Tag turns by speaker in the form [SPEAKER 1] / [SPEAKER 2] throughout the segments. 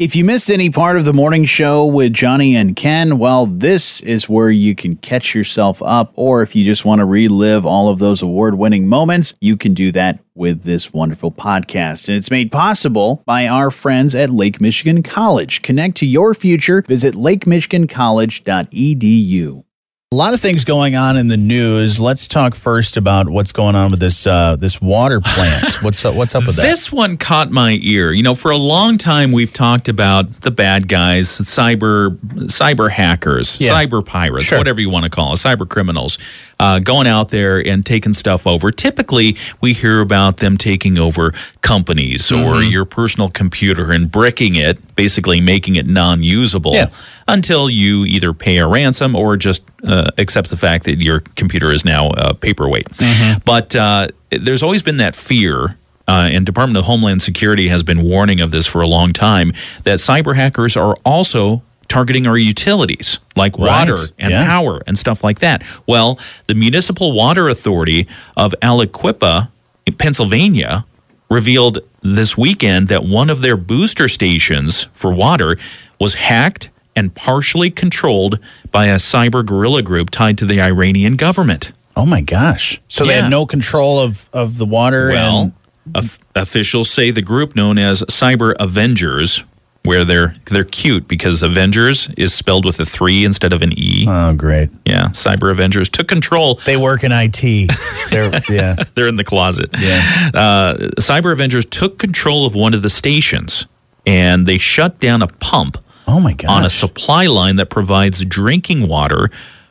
[SPEAKER 1] If you missed any part of the morning show with Johnny and Ken, well, this is where you can catch yourself up. Or if you just want to relive all of those award winning moments, you can do that with this wonderful podcast. And it's made possible by our friends at Lake Michigan College. Connect to your future. Visit lakemichigancollege.edu.
[SPEAKER 2] A lot of things going on in the news. Let's talk first about what's going on with this uh, this water plant. What's up, what's up with that?
[SPEAKER 3] This one caught my ear. You know, for a long time we've talked about the bad guys, cyber cyber hackers,
[SPEAKER 2] Yeah.
[SPEAKER 3] cyber pirates,
[SPEAKER 2] Sure.
[SPEAKER 3] whatever you want to call it, cyber criminals, uh, going out there and taking stuff over. Typically, we hear about them taking over companies or
[SPEAKER 2] Mm-hmm.
[SPEAKER 3] your personal computer and bricking it, basically making it non-usable
[SPEAKER 2] Yeah.
[SPEAKER 3] until you either pay a ransom or just uh, accept the fact that your computer is now a paperweight.
[SPEAKER 2] Mm-hmm.
[SPEAKER 3] But uh, there's always been that fear. Uh, and Department of Homeland Security has been warning of this for a long time that cyber hackers are also targeting our utilities like
[SPEAKER 2] Right.
[SPEAKER 3] water and
[SPEAKER 2] Yeah.
[SPEAKER 3] power and stuff like that. Well, the Municipal Water Authority of Aliquippa, Pennsylvania, revealed this weekend that one of their booster stations for water was hacked and partially controlled by a cyber guerrilla group tied to the Iranian government.
[SPEAKER 2] Oh my gosh! So they
[SPEAKER 3] Yeah.
[SPEAKER 2] had no control of of the water.
[SPEAKER 3] Well,
[SPEAKER 2] and,
[SPEAKER 3] of- officials say the group known as Cyber Avengers, where they're they're cute because Avengers is spelled with a three instead of an e.
[SPEAKER 2] oh great!
[SPEAKER 3] yeah, Cyber Avengers took control.
[SPEAKER 2] They work in IT. They're, yeah,
[SPEAKER 3] They're in the closet.
[SPEAKER 2] yeah.
[SPEAKER 3] Uh, Cyber Avengers took control of one of the stations, and they shut down a pump
[SPEAKER 2] Oh my gosh!
[SPEAKER 3] on a supply line that provides drinking water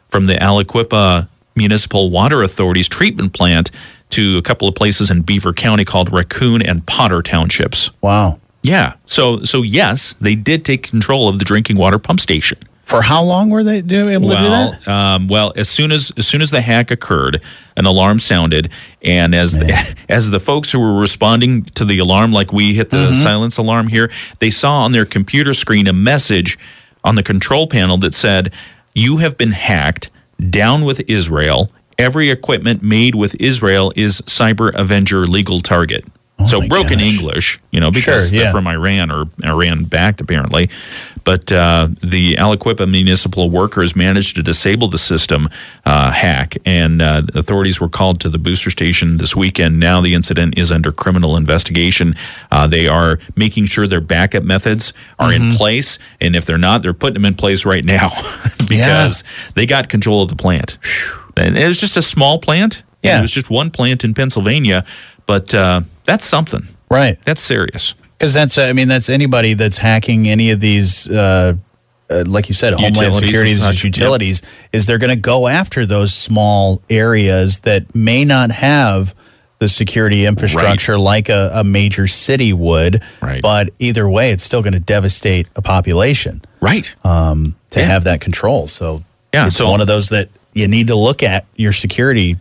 [SPEAKER 3] from the Aliquippa Municipal Water Authority's treatment plant to a couple of places in Beaver County called Raccoon and Potter townships.
[SPEAKER 2] wow.
[SPEAKER 3] Yeah. So so yes, they did take control of the drinking water pump station.
[SPEAKER 2] For how long were they do- able to do
[SPEAKER 3] Well,
[SPEAKER 2] that?
[SPEAKER 3] um, well, as soon as as soon as the hack occurred, an alarm sounded, and as the, as the folks who were responding to the alarm, like we hit the
[SPEAKER 2] Mm-hmm.
[SPEAKER 3] silence alarm here, they saw on their computer screen a message on the control panel that said, "You have been hacked. Down with Israel. Every equipment made with Israel is cyber Avenger legal target." so
[SPEAKER 2] Oh my
[SPEAKER 3] broken
[SPEAKER 2] gosh.
[SPEAKER 3] English, you know,
[SPEAKER 2] Sure,
[SPEAKER 3] because
[SPEAKER 2] yeah.
[SPEAKER 3] they're from Iran or Iran backed, apparently. But uh, the Aliquippa municipal workers managed to disable the system uh, hack, and uh, authorities were called to the booster station this weekend. Now the incident is under criminal investigation. Uh, they are making sure their backup methods are in place, and if they're not, they're putting them in place right now because they got control of the plant. And it was just a small plant. and
[SPEAKER 2] Yeah.
[SPEAKER 3] it was just one plant in Pennsylvania, but uh, that's something.
[SPEAKER 2] Right.
[SPEAKER 3] That's serious.
[SPEAKER 2] Because that's, I mean, that's anybody that's hacking any of these, uh, uh, like you said, Homeland
[SPEAKER 3] Utilities and
[SPEAKER 2] Security's
[SPEAKER 3] such,
[SPEAKER 2] utilities, is they're going to go after those small areas that may not have the security infrastructure like a, a major city would.
[SPEAKER 3] Right.
[SPEAKER 2] But either way, it's still going to devastate a population
[SPEAKER 3] Right.
[SPEAKER 2] um, to
[SPEAKER 3] Yeah.
[SPEAKER 2] have that control. So
[SPEAKER 3] Yeah,
[SPEAKER 2] it's
[SPEAKER 3] so-
[SPEAKER 2] one of those that you need to look at your security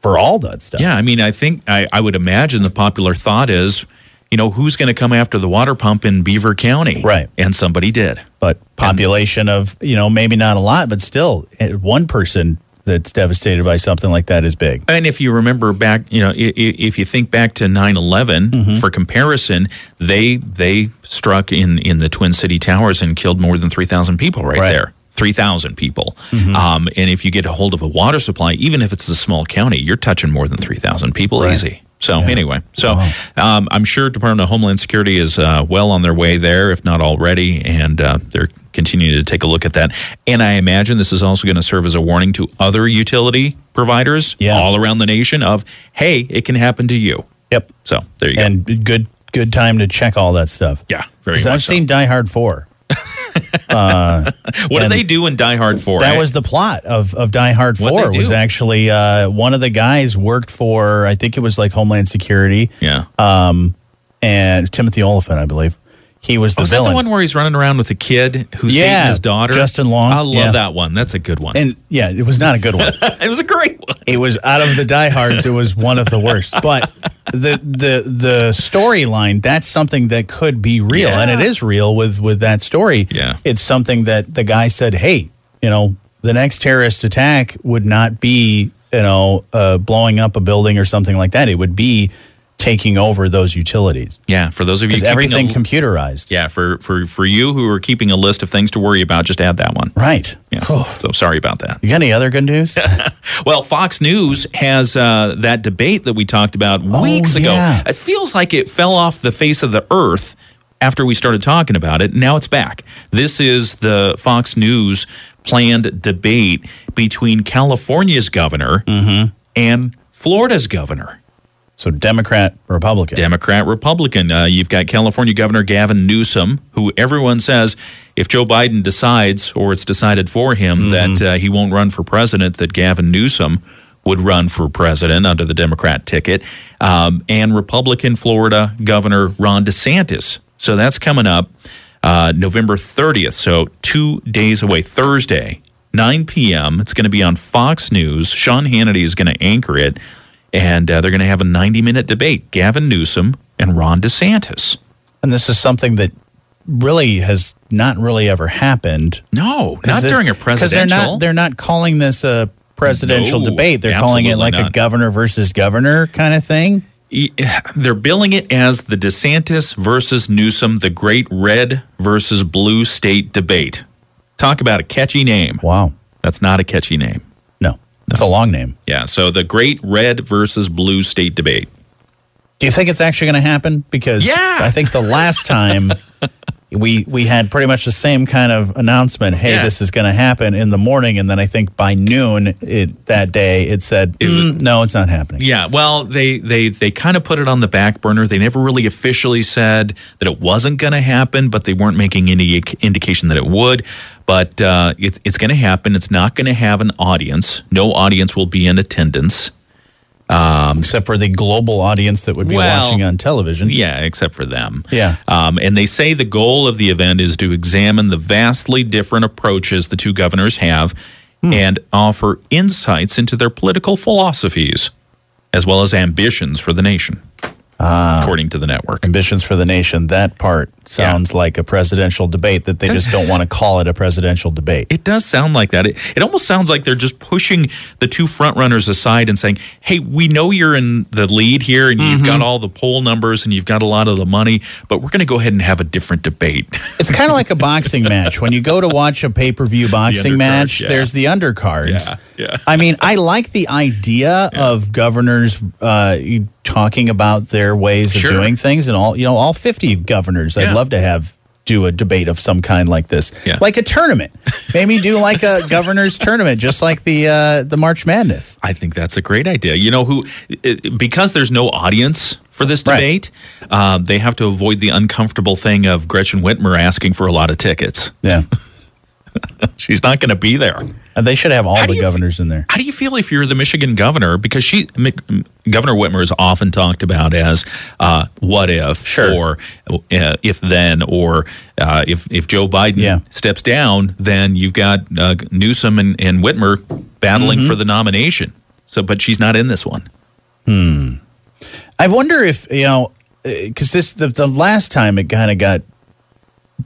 [SPEAKER 2] for all that stuff.
[SPEAKER 3] yeah. I mean, I think I, I would imagine the popular thought is, you know, who's going to come after the water pump in Beaver County?
[SPEAKER 2] Right.
[SPEAKER 3] And somebody did.
[SPEAKER 2] but population of you know maybe not a lot but still eh, one person that's devastated by something like that is big
[SPEAKER 3] And if you remember back, you know, i- i- if you think back to 9 11 for comparison, they they struck in, in the Twin City Towers and killed more than 3,000 people right,
[SPEAKER 2] Right.
[SPEAKER 3] there. 3,000 people. Um, and if you get a hold of a water supply, even if it's a small county, you're touching more than 3,000 people easy. So, anyway, so um, I'm sure Department of Homeland Security is uh, well on their way there, if not already, and uh, they're continuing to take a look at that. And I imagine this is also going to serve as a warning to other utility providers
[SPEAKER 2] Yeah.
[SPEAKER 3] all around the nation of, hey, it can happen to you.
[SPEAKER 2] yep
[SPEAKER 3] So there you go.
[SPEAKER 2] and good good time to check all that stuff
[SPEAKER 3] Yeah, very
[SPEAKER 2] 'Cause
[SPEAKER 3] much.
[SPEAKER 2] i've
[SPEAKER 3] so.
[SPEAKER 2] seen die hard 4
[SPEAKER 3] what do
[SPEAKER 2] and
[SPEAKER 3] they do in Die Hard eh? 4?
[SPEAKER 2] that was the plot of, of die hard
[SPEAKER 3] What'd
[SPEAKER 2] 4
[SPEAKER 3] they
[SPEAKER 2] was
[SPEAKER 3] do?
[SPEAKER 2] actually uh, one of the guys worked for i think it was like homeland security
[SPEAKER 3] yeah.
[SPEAKER 2] uh, and timothy oliphant i believe he was the
[SPEAKER 3] was Oh, that
[SPEAKER 2] villain
[SPEAKER 3] the one where he's running around with a kid who's
[SPEAKER 2] Yeah,
[SPEAKER 3] dating his daughter?
[SPEAKER 2] Justin Long.
[SPEAKER 3] I love
[SPEAKER 2] Yeah.
[SPEAKER 3] that one. That's a good one.
[SPEAKER 2] and yeah it was not a good one
[SPEAKER 3] it was a great one.
[SPEAKER 2] It was out of the diehards. It was one of the worst. But the the the storyline that's something that could be real, and it is real with with that story.
[SPEAKER 3] Yeah.
[SPEAKER 2] it's something that the guy said, "Hey, you know, the next terrorist attack would not be you know uh, blowing up a building or something like that. It would be." taking over those utilities
[SPEAKER 3] Yeah, for those of you
[SPEAKER 2] because
[SPEAKER 3] keeping a-
[SPEAKER 2] everything computerized.
[SPEAKER 3] yeah, for, for, for you who are keeping a list of things to worry about, just add that one.
[SPEAKER 2] Right.
[SPEAKER 3] Yeah.
[SPEAKER 2] Whew.
[SPEAKER 3] So sorry about that.
[SPEAKER 2] You got any other good news?
[SPEAKER 3] Well, Fox News has uh, that debate that we talked about weeks
[SPEAKER 2] yeah.
[SPEAKER 3] ago. It feels like it fell off the face of the earth after we started talking about it. Now it's back. This is the Fox News planned debate between California's governor and Florida's governor.
[SPEAKER 2] so Democrat, Republican.
[SPEAKER 3] Democrat, Republican. Uh, you've got California Governor Gavin Newsom, who everyone says if Joe Biden decides, or it's decided for him, that uh, he won't run for president, that Gavin Newsom would run for president under the Democrat ticket, um, and Republican Florida Governor Ron DeSantis. So that's coming up uh, November 30th. So two days away, Thursday. 9 p.m. It's going to be on Fox News. Sean Hannity is going to anchor it and uh, they're going to have a 90 minute debate Gavin Newsom and Ron DeSantis.
[SPEAKER 2] and this is something that really has not really ever happened.
[SPEAKER 3] No,
[SPEAKER 2] 'Cause
[SPEAKER 3] not
[SPEAKER 2] this-
[SPEAKER 3] during a
[SPEAKER 2] 'cause
[SPEAKER 3] presidential.
[SPEAKER 2] They're not, they're not calling this a presidential
[SPEAKER 3] No,
[SPEAKER 2] debate. They're calling it
[SPEAKER 3] absolutely
[SPEAKER 2] like a
[SPEAKER 3] not.
[SPEAKER 2] governor versus governor kind of thing.
[SPEAKER 3] E, they're billing it as the DeSantis versus Newsom, the great red versus blue state debate. Talk about a catchy name.
[SPEAKER 2] Wow.
[SPEAKER 3] That's not a catchy name.
[SPEAKER 2] No, that's a long name.
[SPEAKER 3] Yeah, so the great red versus blue state debate.
[SPEAKER 2] Do you think it's actually going to happen? Because
[SPEAKER 3] Yeah.
[SPEAKER 2] I think the last time we we had pretty much the same kind of announcement. Hey,
[SPEAKER 3] Yeah.
[SPEAKER 2] this is going to happen in the morning, and then I think by noon it, that day it said, "Mm, no, it's not happening.
[SPEAKER 3] Yeah, well, they they they kind of put it on the back burner. They never really officially said that it wasn't going to happen, but they weren't making any indication that it would. But uh, it, it's going to happen. It's not going to have an audience. No audience will be in attendance.
[SPEAKER 2] Except for the global audience that would be
[SPEAKER 3] Well,
[SPEAKER 2] watching on television.
[SPEAKER 3] Yeah, except for them.
[SPEAKER 2] Yeah.
[SPEAKER 3] Um, and they say the goal of the event is to examine the vastly different approaches the two governors have and offer insights into their political philosophies as well as ambitions for the nation, according to the network.
[SPEAKER 2] Ambitions for the nation. That part sounds like a presidential debate that they just don't want to call it a presidential debate.
[SPEAKER 3] It does sound like that. It, it almost sounds like they're just pushing the two front runners aside and saying, "Hey, we know you're in the lead here, and you've got all the poll numbers, and you've got a lot of the money, but we're going to go ahead and have a different debate."
[SPEAKER 2] It's kind of like a boxing match. When you go to watch a pay per view boxing
[SPEAKER 3] undercard,
[SPEAKER 2] match,
[SPEAKER 3] yeah.
[SPEAKER 2] there's the undercards.
[SPEAKER 3] Yeah, yeah.
[SPEAKER 2] I mean, I like the idea of governors uh, you- talking about their ways of
[SPEAKER 3] Sure.
[SPEAKER 2] doing things, and all you know, all 50 governors. I'd
[SPEAKER 3] Yeah.
[SPEAKER 2] love to have do a debate of some kind like this,
[SPEAKER 3] Yeah.
[SPEAKER 2] like a tournament. Maybe do like a governors tournament, just like the uh, the March Madness.
[SPEAKER 3] I think that's a great idea. You know who? it- Because there's no audience for this
[SPEAKER 2] Right.
[SPEAKER 3] debate, um, they have to avoid the uncomfortable thing of Gretchen Whitmer asking for a lot of tickets.
[SPEAKER 2] Yeah,
[SPEAKER 3] She's not going to be there.
[SPEAKER 2] And Uh, they should have all
[SPEAKER 3] How do
[SPEAKER 2] the
[SPEAKER 3] you fe-
[SPEAKER 2] governors in there.
[SPEAKER 3] How do you feel if you're the Michigan governor? Because she, Mi- Governor Whitmer, is often talked about as uh, "what if"
[SPEAKER 2] Sure.
[SPEAKER 3] or uh, "if then," or uh, if if Joe Biden
[SPEAKER 2] Yeah.
[SPEAKER 3] steps down, then you've got uh, Newsom and, and Whitmer battling
[SPEAKER 2] Mm-hmm.
[SPEAKER 3] for the nomination. So, but she's not in this one.
[SPEAKER 2] I wonder if you know because this the, the last time it kind of got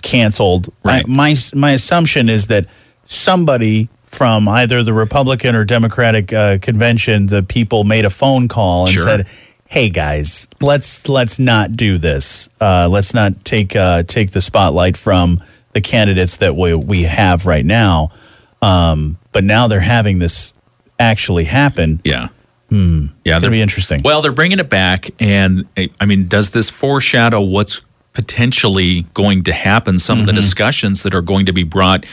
[SPEAKER 2] canceled. I-
[SPEAKER 3] Right.
[SPEAKER 2] my my assumption is that somebody from either the Republican or Democratic uh, convention, the people made a phone call and
[SPEAKER 3] Sure.
[SPEAKER 2] said, "Hey guys, let's let's not do this. Uh, let's not take uh, take the spotlight from the candidates that we we have right now." Um, but now they're having this actually happen.
[SPEAKER 3] Yeah. Yeah,
[SPEAKER 2] It'll
[SPEAKER 3] they're
[SPEAKER 2] be interesting.
[SPEAKER 3] Well, they're bringing it back, and eh, I mean, does this foreshadow what's potentially going to happen? Some
[SPEAKER 2] Mm-hmm.
[SPEAKER 3] of the discussions that are going to be brought,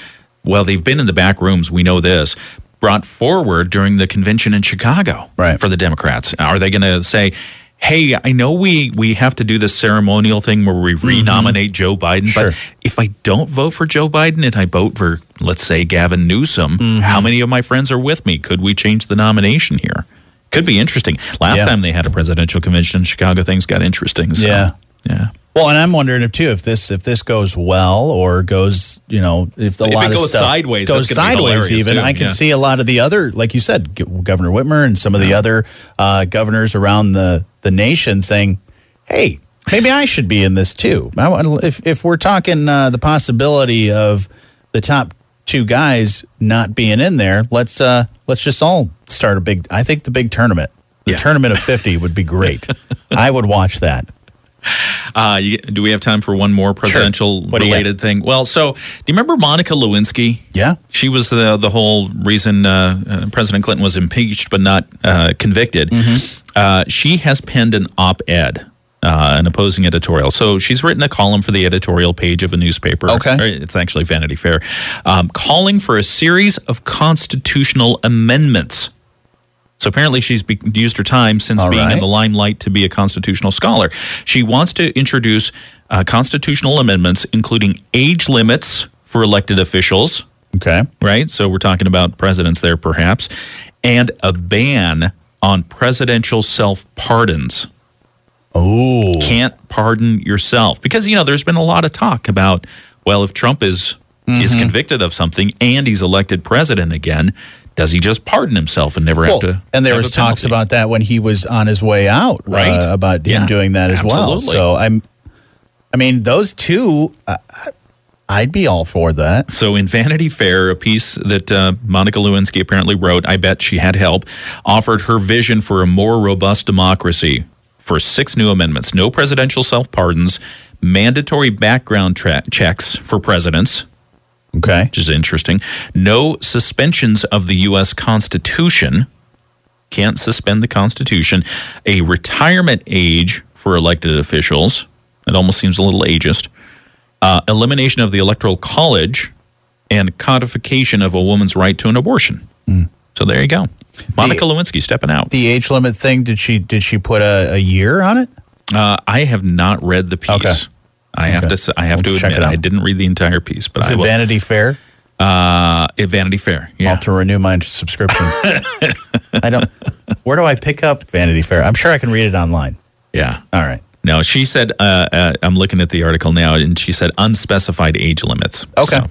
[SPEAKER 3] well, they've been in the back rooms. We know this. Brought forward during the convention in Chicago
[SPEAKER 2] Right.
[SPEAKER 3] for the Democrats. Are they going to say? Hey, I know we, we have to do this ceremonial thing where
[SPEAKER 2] Mm-hmm.
[SPEAKER 3] we renominate Joe Biden,
[SPEAKER 2] Sure.
[SPEAKER 3] but if I don't vote for Joe Biden and I vote for, let's say, Gavin Newsom,
[SPEAKER 2] Mm-hmm.
[SPEAKER 3] how many of my friends are with me? Could we change the nomination here? Could be interesting. Last
[SPEAKER 2] Yeah.
[SPEAKER 3] time they had a presidential convention in Chicago, things got interesting. So,
[SPEAKER 2] Yeah.
[SPEAKER 3] yeah.
[SPEAKER 2] Well, and I'm wondering if too if this if this goes well or goes you know if a
[SPEAKER 3] If it
[SPEAKER 2] lot of
[SPEAKER 3] goes
[SPEAKER 2] stuff
[SPEAKER 3] sideways,
[SPEAKER 2] goes
[SPEAKER 3] that's gonna be
[SPEAKER 2] sideways
[SPEAKER 3] hilarious,
[SPEAKER 2] even
[SPEAKER 3] too,
[SPEAKER 2] I can
[SPEAKER 3] yeah.
[SPEAKER 2] see a lot of the other like you said G- Governor Whitmer and some of the other uh, governors around the the nation saying hey maybe I should be in this too I, want- if if we're talking uh, the possibility of the top two guys not being in there let's uh let's just all start a big I think the big tournament The
[SPEAKER 3] Yeah.
[SPEAKER 2] tournament of 50 would be great. I would watch that.
[SPEAKER 3] Uh, you, do we have time for one more presidential
[SPEAKER 2] What do you
[SPEAKER 3] related thing? Well, so do you remember Monica Lewinsky?
[SPEAKER 2] Yeah.
[SPEAKER 3] She was the the whole reason uh, uh, President Clinton was impeached but not uh, convicted.
[SPEAKER 2] Mm-hmm.
[SPEAKER 3] Uh, she has penned an op ed. Uh, an opposing editorial. So she's written a column for the editorial page of a newspaper.
[SPEAKER 2] Okay.
[SPEAKER 3] Or It's actually Vanity Fair, um, calling for a series of constitutional amendments. So apparently, she's be- used her time since
[SPEAKER 2] All
[SPEAKER 3] being in
[SPEAKER 2] right.
[SPEAKER 3] the limelight to be a constitutional scholar. She wants to introduce uh, constitutional amendments, including age limits for elected officials,
[SPEAKER 2] Okay.
[SPEAKER 3] right? So we're talking about presidents there, perhaps, and a ban on presidential self pardons.
[SPEAKER 2] Oh.
[SPEAKER 3] Can't pardon yourself because you know there's been a lot of talk about well, if Trump is
[SPEAKER 2] Mm-hmm.
[SPEAKER 3] is convicted of something and he's elected president again, does he just pardon himself and never
[SPEAKER 2] Well,
[SPEAKER 3] have to?
[SPEAKER 2] and there
[SPEAKER 3] have
[SPEAKER 2] was
[SPEAKER 3] a
[SPEAKER 2] talks
[SPEAKER 3] penalty?
[SPEAKER 2] about that when he was on his way out, uh,
[SPEAKER 3] Right.
[SPEAKER 2] about him
[SPEAKER 3] Yeah,
[SPEAKER 2] doing that as well.
[SPEAKER 3] absolutely.
[SPEAKER 2] So I'm, I mean, those two, I, I- I'd be all for that.
[SPEAKER 3] So in Vanity Fair, a piece that uh, Monica Lewinsky apparently wrote, I bet she had help, offered her vision for a more robust democracy for six new amendments no presidential self pardons, mandatory background tra- checks for presidents,
[SPEAKER 2] Okay.
[SPEAKER 3] which is interesting, no suspensions of the U.S. Constitution, can't suspend the Constitution, a retirement age for elected officials. It almost seems a little ageist uh, elimination of the Electoral College, and codification of a woman's right to an abortion. So there you go. Monica Lewinsky stepping out.
[SPEAKER 2] Hmm. The age limit thing, did she did she put a, a year on it?
[SPEAKER 3] uh, I have not read the piece.
[SPEAKER 2] Okay.
[SPEAKER 3] I have to. s- I have
[SPEAKER 2] We'll
[SPEAKER 3] to
[SPEAKER 2] check
[SPEAKER 3] admit,
[SPEAKER 2] it out.
[SPEAKER 3] I didn't read the entire piece, but
[SPEAKER 2] Is
[SPEAKER 3] I
[SPEAKER 2] it
[SPEAKER 3] will.
[SPEAKER 2] Vanity Fair?
[SPEAKER 3] uh, at Vanity Fair.
[SPEAKER 2] I'll
[SPEAKER 3] Yeah.
[SPEAKER 2] have to renew my subscription. I don't. Where do I pick up Vanity Fair? I'm sure I can read it online.
[SPEAKER 3] Yeah.
[SPEAKER 2] All right.
[SPEAKER 3] No, she said. Uh, uh, I'm looking at the article now, and she said unspecified age limits.
[SPEAKER 2] Okay.
[SPEAKER 3] So,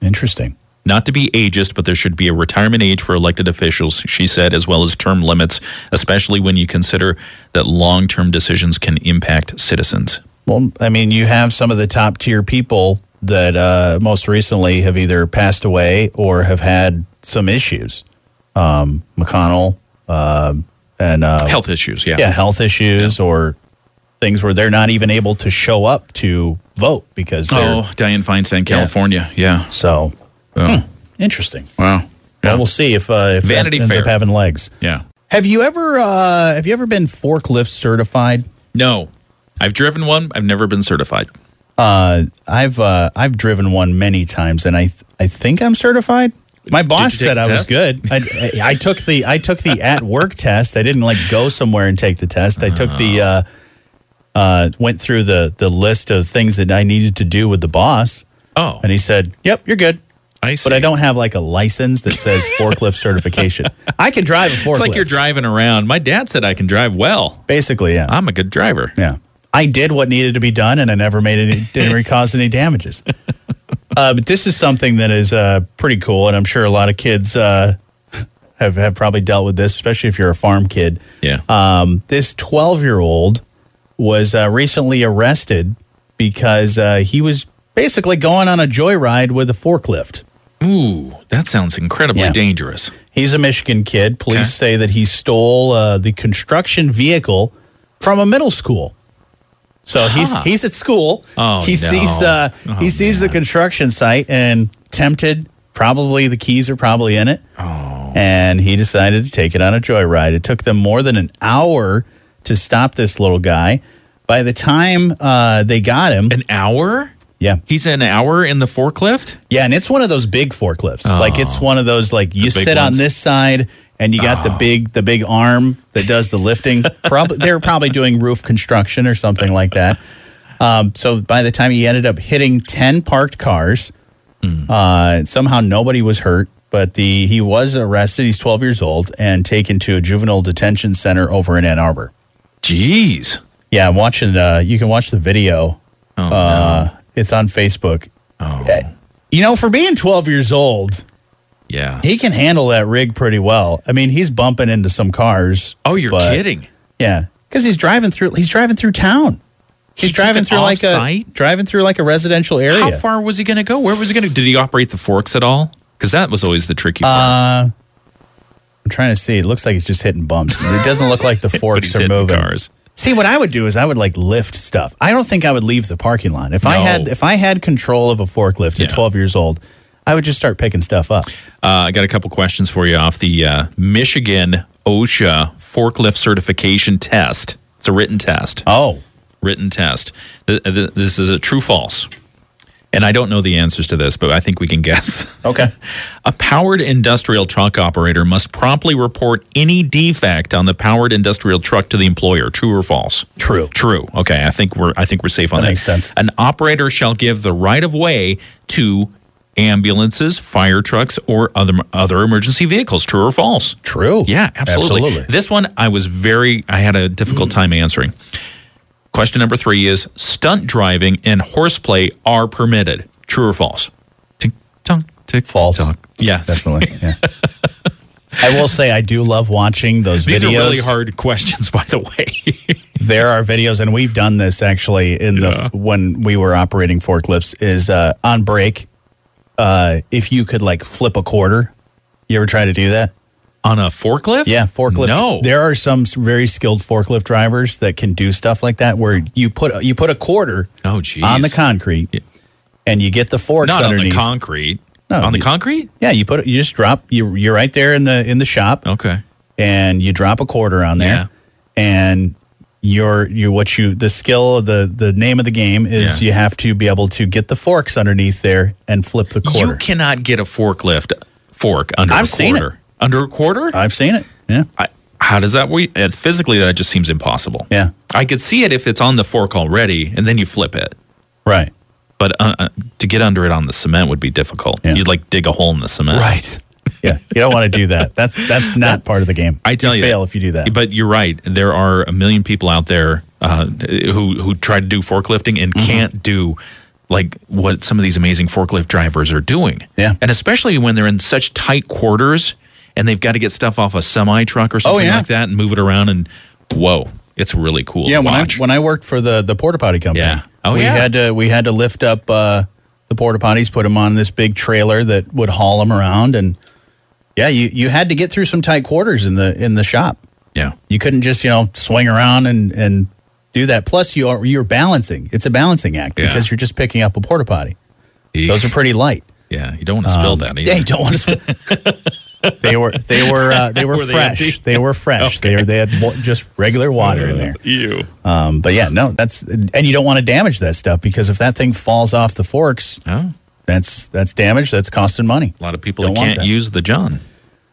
[SPEAKER 2] Interesting.
[SPEAKER 3] Not to be ageist, but there should be a retirement age for elected officials, she said, as well as term limits, especially when you consider that long term decisions can impact citizens.
[SPEAKER 2] Well, I mean, you have some of the top tier people that uh, most recently have either passed away or have had some issues. Um, McConnell um and uh,
[SPEAKER 3] Health issues, yeah.
[SPEAKER 2] yeah, health issues or things where they're not even able to show up to vote because they're
[SPEAKER 3] Oh, Diane Feinstein, California. Yeah.
[SPEAKER 2] so hmm,
[SPEAKER 3] Oh,
[SPEAKER 2] interesting.
[SPEAKER 3] Wow.
[SPEAKER 2] Well,
[SPEAKER 3] Yeah.
[SPEAKER 2] we'll see if uh, if
[SPEAKER 3] Vanity
[SPEAKER 2] that ends
[SPEAKER 3] Fair.
[SPEAKER 2] up having legs.
[SPEAKER 3] yeah.
[SPEAKER 2] Have you ever uh, have you ever been forklift certified?
[SPEAKER 3] No, I've driven one. I've never been certified.
[SPEAKER 2] Uh, I've uh, I've driven one many times, and I th- I think I'm certified. My boss
[SPEAKER 3] you take
[SPEAKER 2] said
[SPEAKER 3] the
[SPEAKER 2] I was
[SPEAKER 3] test?
[SPEAKER 2] good. I, I, I took the I took the at work test. I didn't like go somewhere and take the test. I took the
[SPEAKER 3] Oh.
[SPEAKER 2] uh, uh, went through the the list of things that I needed to do with the boss,
[SPEAKER 3] Oh,
[SPEAKER 2] and he said, "Yep, you're good."
[SPEAKER 3] I see.
[SPEAKER 2] But I don't have like a license that says forklift certification. I can drive a forklift.
[SPEAKER 3] It's like you're driving around. My dad said I can drive well.
[SPEAKER 2] Basically, yeah.
[SPEAKER 3] I'm a good driver.
[SPEAKER 2] Yeah. I did what needed to be done and I never made any, didn't cause any damages. Uh, but this is something that is uh, pretty cool. And I'm sure a lot of kids uh, have, have probably dealt with this, especially if you're a farm kid.
[SPEAKER 3] Yeah.
[SPEAKER 2] Um, this 12 year old was uh, recently arrested because uh, he was basically going on a joyride with a forklift.
[SPEAKER 3] Ooh, that sounds incredibly
[SPEAKER 2] Yeah.
[SPEAKER 3] dangerous.
[SPEAKER 2] He's a Michigan kid. Police
[SPEAKER 3] Okay.
[SPEAKER 2] say that he stole uh, the construction vehicle from a middle school. So he's
[SPEAKER 3] Huh.
[SPEAKER 2] he's at school.
[SPEAKER 3] Ah. Oh,
[SPEAKER 2] he
[SPEAKER 3] no.
[SPEAKER 2] sees uh, he
[SPEAKER 3] Oh,
[SPEAKER 2] sees the construction site and tempted. Probably the keys are probably in it. Oh. And he decided to take it on a joyride. It took them more than an hour to stop this little guy. By the time uh, they got him,
[SPEAKER 3] An hour?
[SPEAKER 2] yeah,
[SPEAKER 3] He's an hour in the forklift?
[SPEAKER 2] yeah, and it's one of those big forklifts. Like it's one of those like you
[SPEAKER 3] Oh. big
[SPEAKER 2] sit on
[SPEAKER 3] ones? Oh.
[SPEAKER 2] this side and you got the big the big arm that does the lifting. probably they're probably doing roof construction or something like that. Um, so by the time he ended up hitting ten parked cars,
[SPEAKER 3] Hmm.
[SPEAKER 2] uh, somehow nobody was hurt. But the he was arrested. He's twelve years old and taken to a juvenile detention center over in Ann Arbor.
[SPEAKER 3] Jeez.
[SPEAKER 2] Yeah, I'm watching. Uh, you can watch the video.
[SPEAKER 3] Oh,
[SPEAKER 2] uh, It's on Facebook. Uh, You know, for being 12 years old,
[SPEAKER 3] yeah.
[SPEAKER 2] he can handle that rig pretty well. I mean, he's bumping into some cars.
[SPEAKER 3] Oh, you're
[SPEAKER 2] but-
[SPEAKER 3] kidding.
[SPEAKER 2] Yeah, because he's driving through. He's driving through town. He's
[SPEAKER 3] took
[SPEAKER 2] driving
[SPEAKER 3] it
[SPEAKER 2] through like a
[SPEAKER 3] off-site?
[SPEAKER 2] driving through like a residential area.
[SPEAKER 3] How far was he going to
[SPEAKER 2] Uh,
[SPEAKER 3] go? Where was he going to? Did he operate the forks at all? Because that was always the tricky part.
[SPEAKER 2] I'm trying to see. It looks like he's just hitting bumps. It doesn't look like the
[SPEAKER 3] But
[SPEAKER 2] forks
[SPEAKER 3] he's
[SPEAKER 2] are
[SPEAKER 3] hitting
[SPEAKER 2] moving.
[SPEAKER 3] cars.
[SPEAKER 2] See, what I would do is I would like lift stuff. I don't think I would leave the parking lot. If I
[SPEAKER 3] No.
[SPEAKER 2] had if I had control of a forklift at
[SPEAKER 3] Yeah.
[SPEAKER 2] 12 years old, I would just start picking stuff up.
[SPEAKER 3] Uh, I got a couple questions for you off the uh, Michigan OSHA forklift certification test. It's a written test.
[SPEAKER 2] Oh,
[SPEAKER 3] Written test. Th- th- This is a true false. And I don't know the answers to this, but I think we can guess.
[SPEAKER 2] okay.
[SPEAKER 3] A powered industrial truck operator must promptly report any defect on the powered industrial truck to the employer. True or false?
[SPEAKER 2] True.
[SPEAKER 3] True. Okay, I think we're I think we're safe on that.
[SPEAKER 2] makes sense.
[SPEAKER 3] An operator shall give the right of way to ambulances, fire trucks, or other other emergency vehicles. True or false?
[SPEAKER 2] True.
[SPEAKER 3] Yeah, absolutely. This one I was very I had a difficult time answering. Question number 3 is stunt driving and horseplay are permitted. True or false? Tick tock tick
[SPEAKER 2] False.
[SPEAKER 3] tock. Yes.
[SPEAKER 2] Definitely. Yeah. I will say I do love watching those
[SPEAKER 3] These
[SPEAKER 2] videos.
[SPEAKER 3] are really hard questions, by the way.
[SPEAKER 2] There are videos, and we've done this actually in
[SPEAKER 3] Yeah.
[SPEAKER 2] the when we were operating forklifts. Is uh, on break. Uh, if you could like flip a quarter, you ever try to do that?
[SPEAKER 3] On a forklift?
[SPEAKER 2] Yeah, forklift.
[SPEAKER 3] No.
[SPEAKER 2] there are some s- very skilled forklift drivers that can do stuff like that, where you put you put a quarter
[SPEAKER 3] Oh, geez.
[SPEAKER 2] on the concrete, and you get the forks
[SPEAKER 3] Not on
[SPEAKER 2] underneath.
[SPEAKER 3] the concrete.
[SPEAKER 2] No,
[SPEAKER 3] on the
[SPEAKER 2] you-
[SPEAKER 3] concrete?
[SPEAKER 2] yeah, you put it. You just drop. You you're right there in the in the shop,
[SPEAKER 3] Okay.
[SPEAKER 2] and you drop a quarter on there,
[SPEAKER 3] Yeah.
[SPEAKER 2] and your you what you the skill the the name of the game is
[SPEAKER 3] Yeah.
[SPEAKER 2] you have to be able to get the forks underneath there and flip the quarter.
[SPEAKER 3] You cannot get a forklift fork under
[SPEAKER 2] I've
[SPEAKER 3] a
[SPEAKER 2] seen it.
[SPEAKER 3] quarter. Under a quarter?
[SPEAKER 2] I've seen it. Yeah,
[SPEAKER 3] I, how does that work? And physically, that just seems impossible.
[SPEAKER 2] yeah,
[SPEAKER 3] I could see it if it's on the fork already, and then you flip it.
[SPEAKER 2] right,
[SPEAKER 3] But uh, uh, to get under it on the cement would be difficult.
[SPEAKER 2] Yeah.
[SPEAKER 3] You'd like dig a hole in the cement.
[SPEAKER 2] right. Yeah, you don't want to do that. That's that's not part of the game.
[SPEAKER 3] I tell you,
[SPEAKER 2] fail if you do that.
[SPEAKER 3] But you're right. There are a million people out there uh, who who try to do forklifting and
[SPEAKER 2] Mm-hmm.
[SPEAKER 3] can't do like what some of these amazing forklift drivers are doing.
[SPEAKER 2] Yeah.
[SPEAKER 3] and especially when they're in such tight quarters and they've got to get stuff off a semi truck or something
[SPEAKER 2] Oh, yeah.
[SPEAKER 3] like that and move it around. And whoa, it's really cool.
[SPEAKER 2] Yeah,
[SPEAKER 3] to
[SPEAKER 2] when I
[SPEAKER 3] watch.
[SPEAKER 2] when I worked for the the porta potty company,
[SPEAKER 3] Yeah. Oh,
[SPEAKER 2] we
[SPEAKER 3] yeah.
[SPEAKER 2] had to we had to lift up uh, the porta potties, put them on this big trailer that would haul them around, and yeah, you you had to get through some tight quarters in the in the shop.
[SPEAKER 3] yeah,
[SPEAKER 2] You couldn't just you know swing around and and do that. Plus, you are you're balancing. It's a balancing act
[SPEAKER 3] Yeah.
[SPEAKER 2] because you're just picking up a porta potty. Those are pretty light.
[SPEAKER 3] yeah. You don't want to spill that either.
[SPEAKER 2] Yeah, you don't want to. they were they were uh, they were,
[SPEAKER 3] Were they
[SPEAKER 2] fresh.
[SPEAKER 3] empty?
[SPEAKER 2] they were fresh. They were, they had mo- just regular water in there.
[SPEAKER 3] Ew.
[SPEAKER 2] Um, but yeah, no, that's and you don't want to damage that stuff because if that thing falls off the forks,
[SPEAKER 3] Oh,
[SPEAKER 2] that's that's damage. That's costing money.
[SPEAKER 3] a lot of people
[SPEAKER 2] Don't want
[SPEAKER 3] can't
[SPEAKER 2] that.
[SPEAKER 3] use the John.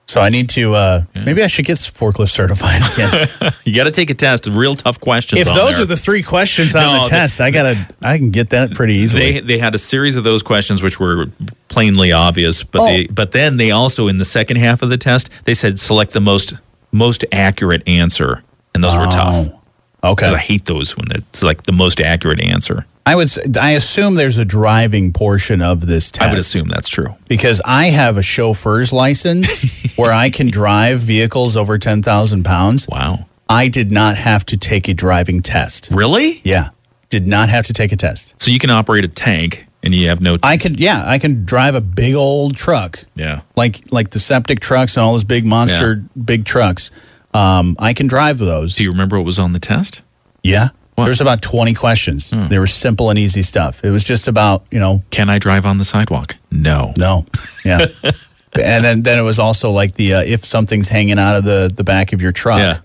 [SPEAKER 2] So I need to. Uh, Maybe I should get forklift certified again.
[SPEAKER 3] You got to take a test. Real tough questions.
[SPEAKER 2] if
[SPEAKER 3] on
[SPEAKER 2] those
[SPEAKER 3] there.
[SPEAKER 2] are the three questions on
[SPEAKER 3] No,
[SPEAKER 2] the
[SPEAKER 3] they-
[SPEAKER 2] test, I gotta. I can get that pretty easily.
[SPEAKER 3] They they had a series of those questions which were plainly obvious, but
[SPEAKER 2] Oh.
[SPEAKER 3] they but then they also in the second half of the test they said select the most most accurate answer, and those were tough.
[SPEAKER 2] Oh, okay.
[SPEAKER 3] 'Cause I hate those when it's like the most accurate answer.
[SPEAKER 2] I was. I assume there's a driving portion of this test.
[SPEAKER 3] I would assume that's true.
[SPEAKER 2] because I have a chauffeur's license where I can drive vehicles over ten thousand pounds.
[SPEAKER 3] Wow,
[SPEAKER 2] I did not have to take a driving test.
[SPEAKER 3] really?
[SPEAKER 2] Yeah. Did not have to take a test.
[SPEAKER 3] So you can operate a tank and you have no. T-
[SPEAKER 2] I could yeah, I can drive a big old truck.
[SPEAKER 3] yeah,
[SPEAKER 2] Like like the septic trucks and all those big monster big trucks. Um, I can drive those.
[SPEAKER 3] do you remember what was on the test?
[SPEAKER 2] yeah. There's about 20 questions.
[SPEAKER 3] Hmm.
[SPEAKER 2] They were simple and easy stuff. It was just about, you know,
[SPEAKER 3] Can I drive on the sidewalk? No.
[SPEAKER 2] no. Yeah. and then, then it was also like the uh, if something's hanging out of the, the back of your truck,
[SPEAKER 3] Yeah.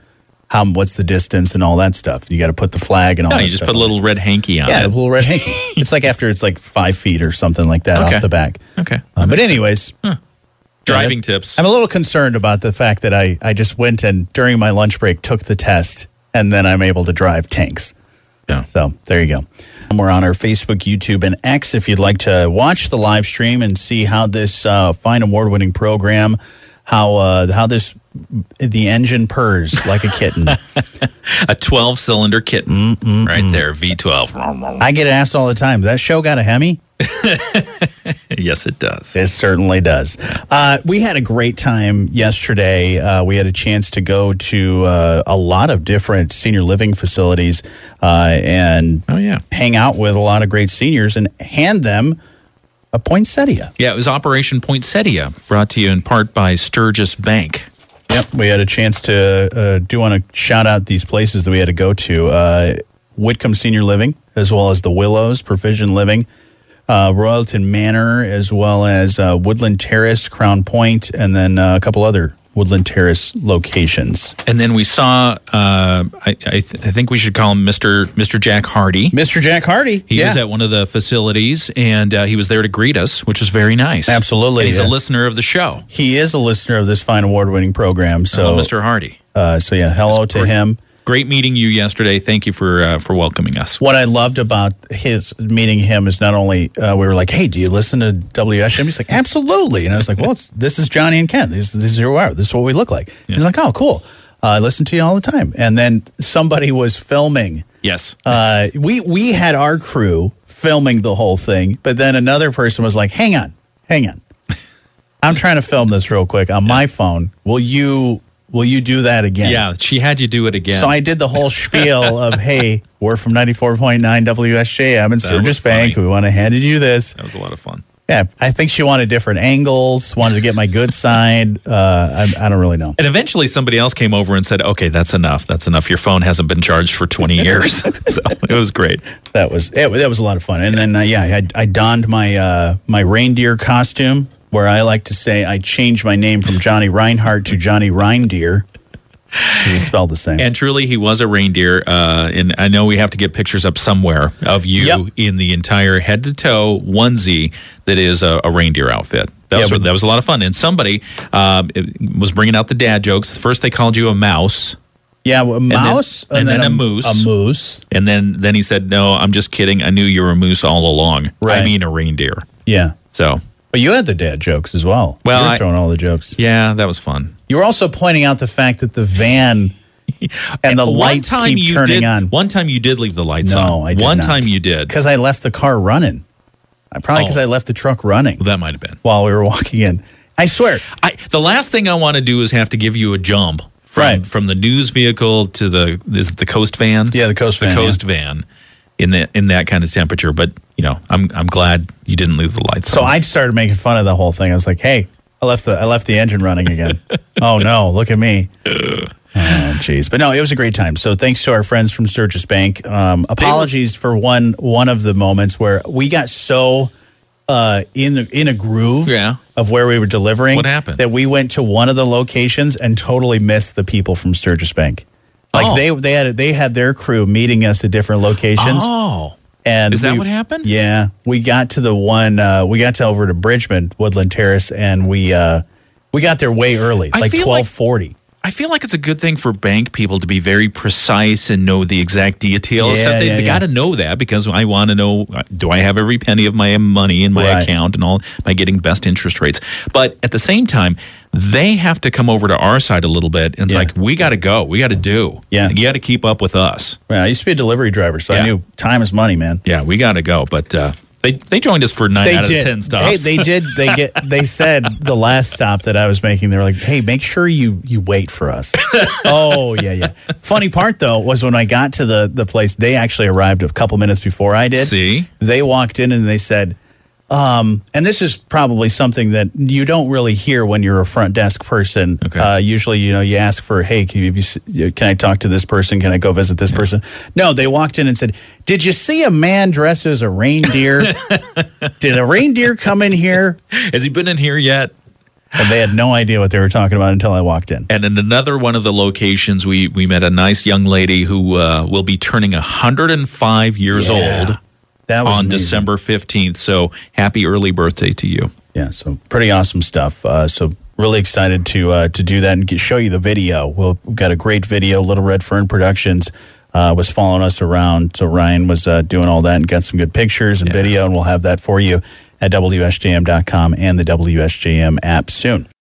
[SPEAKER 2] how what's the distance and all that stuff. You got to put the flag and all
[SPEAKER 3] No,
[SPEAKER 2] that
[SPEAKER 3] you just
[SPEAKER 2] stuff
[SPEAKER 3] put a
[SPEAKER 2] on
[SPEAKER 3] little red hanky on
[SPEAKER 2] Yeah, a
[SPEAKER 3] it.
[SPEAKER 2] little red hanky. it's like after it's like five feet or something like that
[SPEAKER 3] Okay.
[SPEAKER 2] off the back.
[SPEAKER 3] Okay.
[SPEAKER 2] Uh, but anyways,
[SPEAKER 3] Driving tips.
[SPEAKER 2] I'm a little concerned about the fact that I I just went and during my lunch break took the test and then I'm able to drive tanks.
[SPEAKER 3] Yeah.
[SPEAKER 2] So there you go. And We're on our Facebook, YouTube, and X. If you'd like to watch the live stream and see how this uh, fine award winning program, how uh, how this the engine purrs like a kitten.
[SPEAKER 3] A 12 cylinder kitten
[SPEAKER 2] Mm,
[SPEAKER 3] right there, V12.
[SPEAKER 2] I get asked all the time. That show got a Hemi.
[SPEAKER 3] yes, it does.
[SPEAKER 2] It certainly does. Uh, we had a great time yesterday. Uh, we had a chance to go to uh, a lot of different senior living facilities uh, and
[SPEAKER 3] Oh, yeah.
[SPEAKER 2] hang out with a lot of great seniors and hand them a poinsettia.
[SPEAKER 3] Yeah, it was Operation Poinsettia, brought to you in part by Sturgis Bank.
[SPEAKER 2] Yep, we had a chance to uh, do want to shout out these places that we had to go to uh, Whitcomb Senior Living, as well as the Willows, Provision Living, uh, Royalton Manor, as well as uh, Woodland Terrace, Crown Point, and then uh, a couple other Woodland Terrace locations.
[SPEAKER 3] And then we saw, uh, I, I, th- I think we should call him Mr. Mr. Jack Hardy.
[SPEAKER 2] Mr. Jack Hardy.
[SPEAKER 3] He
[SPEAKER 2] yeah.
[SPEAKER 3] was at one of the facilities and uh, he was there to greet us, which was very nice.
[SPEAKER 2] Absolutely,
[SPEAKER 3] And he's
[SPEAKER 2] yeah.
[SPEAKER 3] a listener of the show.
[SPEAKER 2] he is a listener of this fine award winning program. So,
[SPEAKER 3] Hello, Mr. Hardy.
[SPEAKER 2] Uh, so yeah, hello to him.
[SPEAKER 3] Great meeting you yesterday. Thank you for uh, for welcoming us.
[SPEAKER 2] What I loved about his meeting him is not only uh, we were like, "Hey, do you listen to WSM?" He's like, "Absolutely," and I was like, "Well, it's, this is Johnny and Ken. This, this is who we are. This is what we look like." He's like, "Oh, cool. Uh, I listen to you all the time." And then somebody was filming.
[SPEAKER 3] Yes.
[SPEAKER 2] Uh, we we had our crew filming the whole thing, but then another person was like, "Hang on, hang on. I'm trying to film this real quick on my phone. Will you will you do that again?"
[SPEAKER 3] yeah, she had you do it again.
[SPEAKER 2] uh, So I did the whole spiel of, hey, we're from 94.9 WSJM in
[SPEAKER 3] was
[SPEAKER 2] Sturgis
[SPEAKER 3] funny.
[SPEAKER 2] Bank. We want to hand you this.
[SPEAKER 3] that was a lot of fun.
[SPEAKER 2] Yeah, I think she wanted different angles, wanted to get my good side. Uh, I, I don't really know.
[SPEAKER 3] And eventually somebody else came over and said, okay, that's enough. That's enough. Your phone hasn't been charged for 20 years. so it was great.
[SPEAKER 2] That was it, that was a lot of fun. And then, uh, yeah, I, I donned my uh, my reindeer costume, where I like to say I changed my name from Johnny Reinhardt to Johnny Reindeer. 'cause It's spelled the same.
[SPEAKER 3] And truly, he was a reindeer. Uh, and I know we have to get pictures up somewhere of you
[SPEAKER 2] Yep.
[SPEAKER 3] in the entire head to toe onesie that is a, a reindeer outfit. That,
[SPEAKER 2] Yeah,
[SPEAKER 3] was,
[SPEAKER 2] but-
[SPEAKER 3] that was a lot of fun. And somebody um, it- was bringing out the dad jokes. First, they called you a mouse.
[SPEAKER 2] yeah, well, a mouse
[SPEAKER 3] and then a moose.
[SPEAKER 2] A moose.
[SPEAKER 3] And then, then he said, No, I'm just kidding. I knew you were a moose all along. I
[SPEAKER 2] Right.
[SPEAKER 3] mean, a reindeer.
[SPEAKER 2] Yeah.
[SPEAKER 3] So,
[SPEAKER 2] But you had the dad jokes as well.
[SPEAKER 3] Well,
[SPEAKER 2] you were
[SPEAKER 3] I-
[SPEAKER 2] throwing all the jokes.
[SPEAKER 3] yeah, that was fun.
[SPEAKER 2] You were also pointing out the fact that the van and the
[SPEAKER 3] One
[SPEAKER 2] lights
[SPEAKER 3] time
[SPEAKER 2] keep
[SPEAKER 3] you
[SPEAKER 2] turning
[SPEAKER 3] did-
[SPEAKER 2] on.
[SPEAKER 3] One time you did leave the lights on.
[SPEAKER 2] No, I did
[SPEAKER 3] One time you did.
[SPEAKER 2] because I left the car running. I probably because
[SPEAKER 3] Oh.
[SPEAKER 2] I left the truck running
[SPEAKER 3] That might have been.
[SPEAKER 2] while we were walking in. I swear.
[SPEAKER 3] I, the last thing I want to do is have to give you a jump from
[SPEAKER 2] Right.
[SPEAKER 3] from the news vehicle to the is it the coast van?
[SPEAKER 2] Yeah, the coast
[SPEAKER 3] the
[SPEAKER 2] van,
[SPEAKER 3] coast van in that in that kind of temperature. But you know, I'm I'm glad you didn't leave the lights.
[SPEAKER 2] So
[SPEAKER 3] on.
[SPEAKER 2] I started making fun of the whole thing. I was like, "Hey, I left the I left the engine running again. oh no, look at me." Oh jeez, but no, it was a great time. So thanks to our friends from Sturgis Bank. Um, apologies for one one of the moments where we got so uh, in the, in a groove
[SPEAKER 3] Yeah.
[SPEAKER 2] of where we were delivering.
[SPEAKER 3] What happened?
[SPEAKER 2] That we went to one of the locations and totally missed the people from Sturgis Bank. Like
[SPEAKER 3] Oh.
[SPEAKER 2] they they had they had their crew meeting us at different locations.
[SPEAKER 3] oh,
[SPEAKER 2] And
[SPEAKER 3] Is that
[SPEAKER 2] we-
[SPEAKER 3] what happened?
[SPEAKER 2] Yeah, we got to the one. Uh, we got to over to Bridgman Woodland Terrace, and we uh, we got there way early,
[SPEAKER 3] I
[SPEAKER 2] like
[SPEAKER 3] feel like-
[SPEAKER 2] twelve forty.
[SPEAKER 3] I feel like it's a good thing for bank people to be very precise and know the exact details.
[SPEAKER 2] Yeah,
[SPEAKER 3] Stuff. they
[SPEAKER 2] yeah,
[SPEAKER 3] they
[SPEAKER 2] yeah.
[SPEAKER 3] got to know that because I want to know uh, do I have every penny of my money in my
[SPEAKER 2] Right.
[SPEAKER 3] account and all? Am I getting best interest rates? But at the same time, they have to come over to our side a little bit and it's
[SPEAKER 2] Yeah.
[SPEAKER 3] like, we got to go. We got to do.
[SPEAKER 2] Yeah.
[SPEAKER 3] You got to keep up with us.
[SPEAKER 2] Yeah, I used to be a delivery driver, so
[SPEAKER 3] Yeah.
[SPEAKER 2] I knew time is money, man.
[SPEAKER 3] Yeah, we got to go. But uh, they, they joined us for nine
[SPEAKER 2] They
[SPEAKER 3] out
[SPEAKER 2] did.
[SPEAKER 3] of 10 stops.
[SPEAKER 2] Hey, they did. They get. They said the last stop that I was making. They were like, "Hey, make sure you you wait for us." oh yeah, yeah. Funny part though was when I got to the the place, they actually arrived a couple minutes before I did.
[SPEAKER 3] See?
[SPEAKER 2] they walked in and they said, um, and this is probably something that you don't really hear when you're a front desk person.
[SPEAKER 3] Okay.
[SPEAKER 2] Uh, usually, you know, you ask for, hey, can, you, you- can I talk to this person? Can I go visit this person? No, they walked in and said, did you see a man dressed as a reindeer? did a reindeer come in here?
[SPEAKER 3] Has he been in here yet?
[SPEAKER 2] And they had no idea what they were talking about until I walked in.
[SPEAKER 3] And in another one of the locations, we we met a nice young lady who uh, will be turning 105 years
[SPEAKER 2] Yeah.
[SPEAKER 3] old
[SPEAKER 2] That was
[SPEAKER 3] on
[SPEAKER 2] amazing.
[SPEAKER 3] December 15th. So happy early birthday to you.
[SPEAKER 2] Yeah, so pretty awesome stuff. Uh, so really excited to uh, to do that and get, show you the video. We'll, we've got a great video. Little Red Fern Productions uh, was following us around, so Ryan was uh, doing all that and got some good pictures and video, and we'll have that for you at WSJM.com and the WSJM app soon.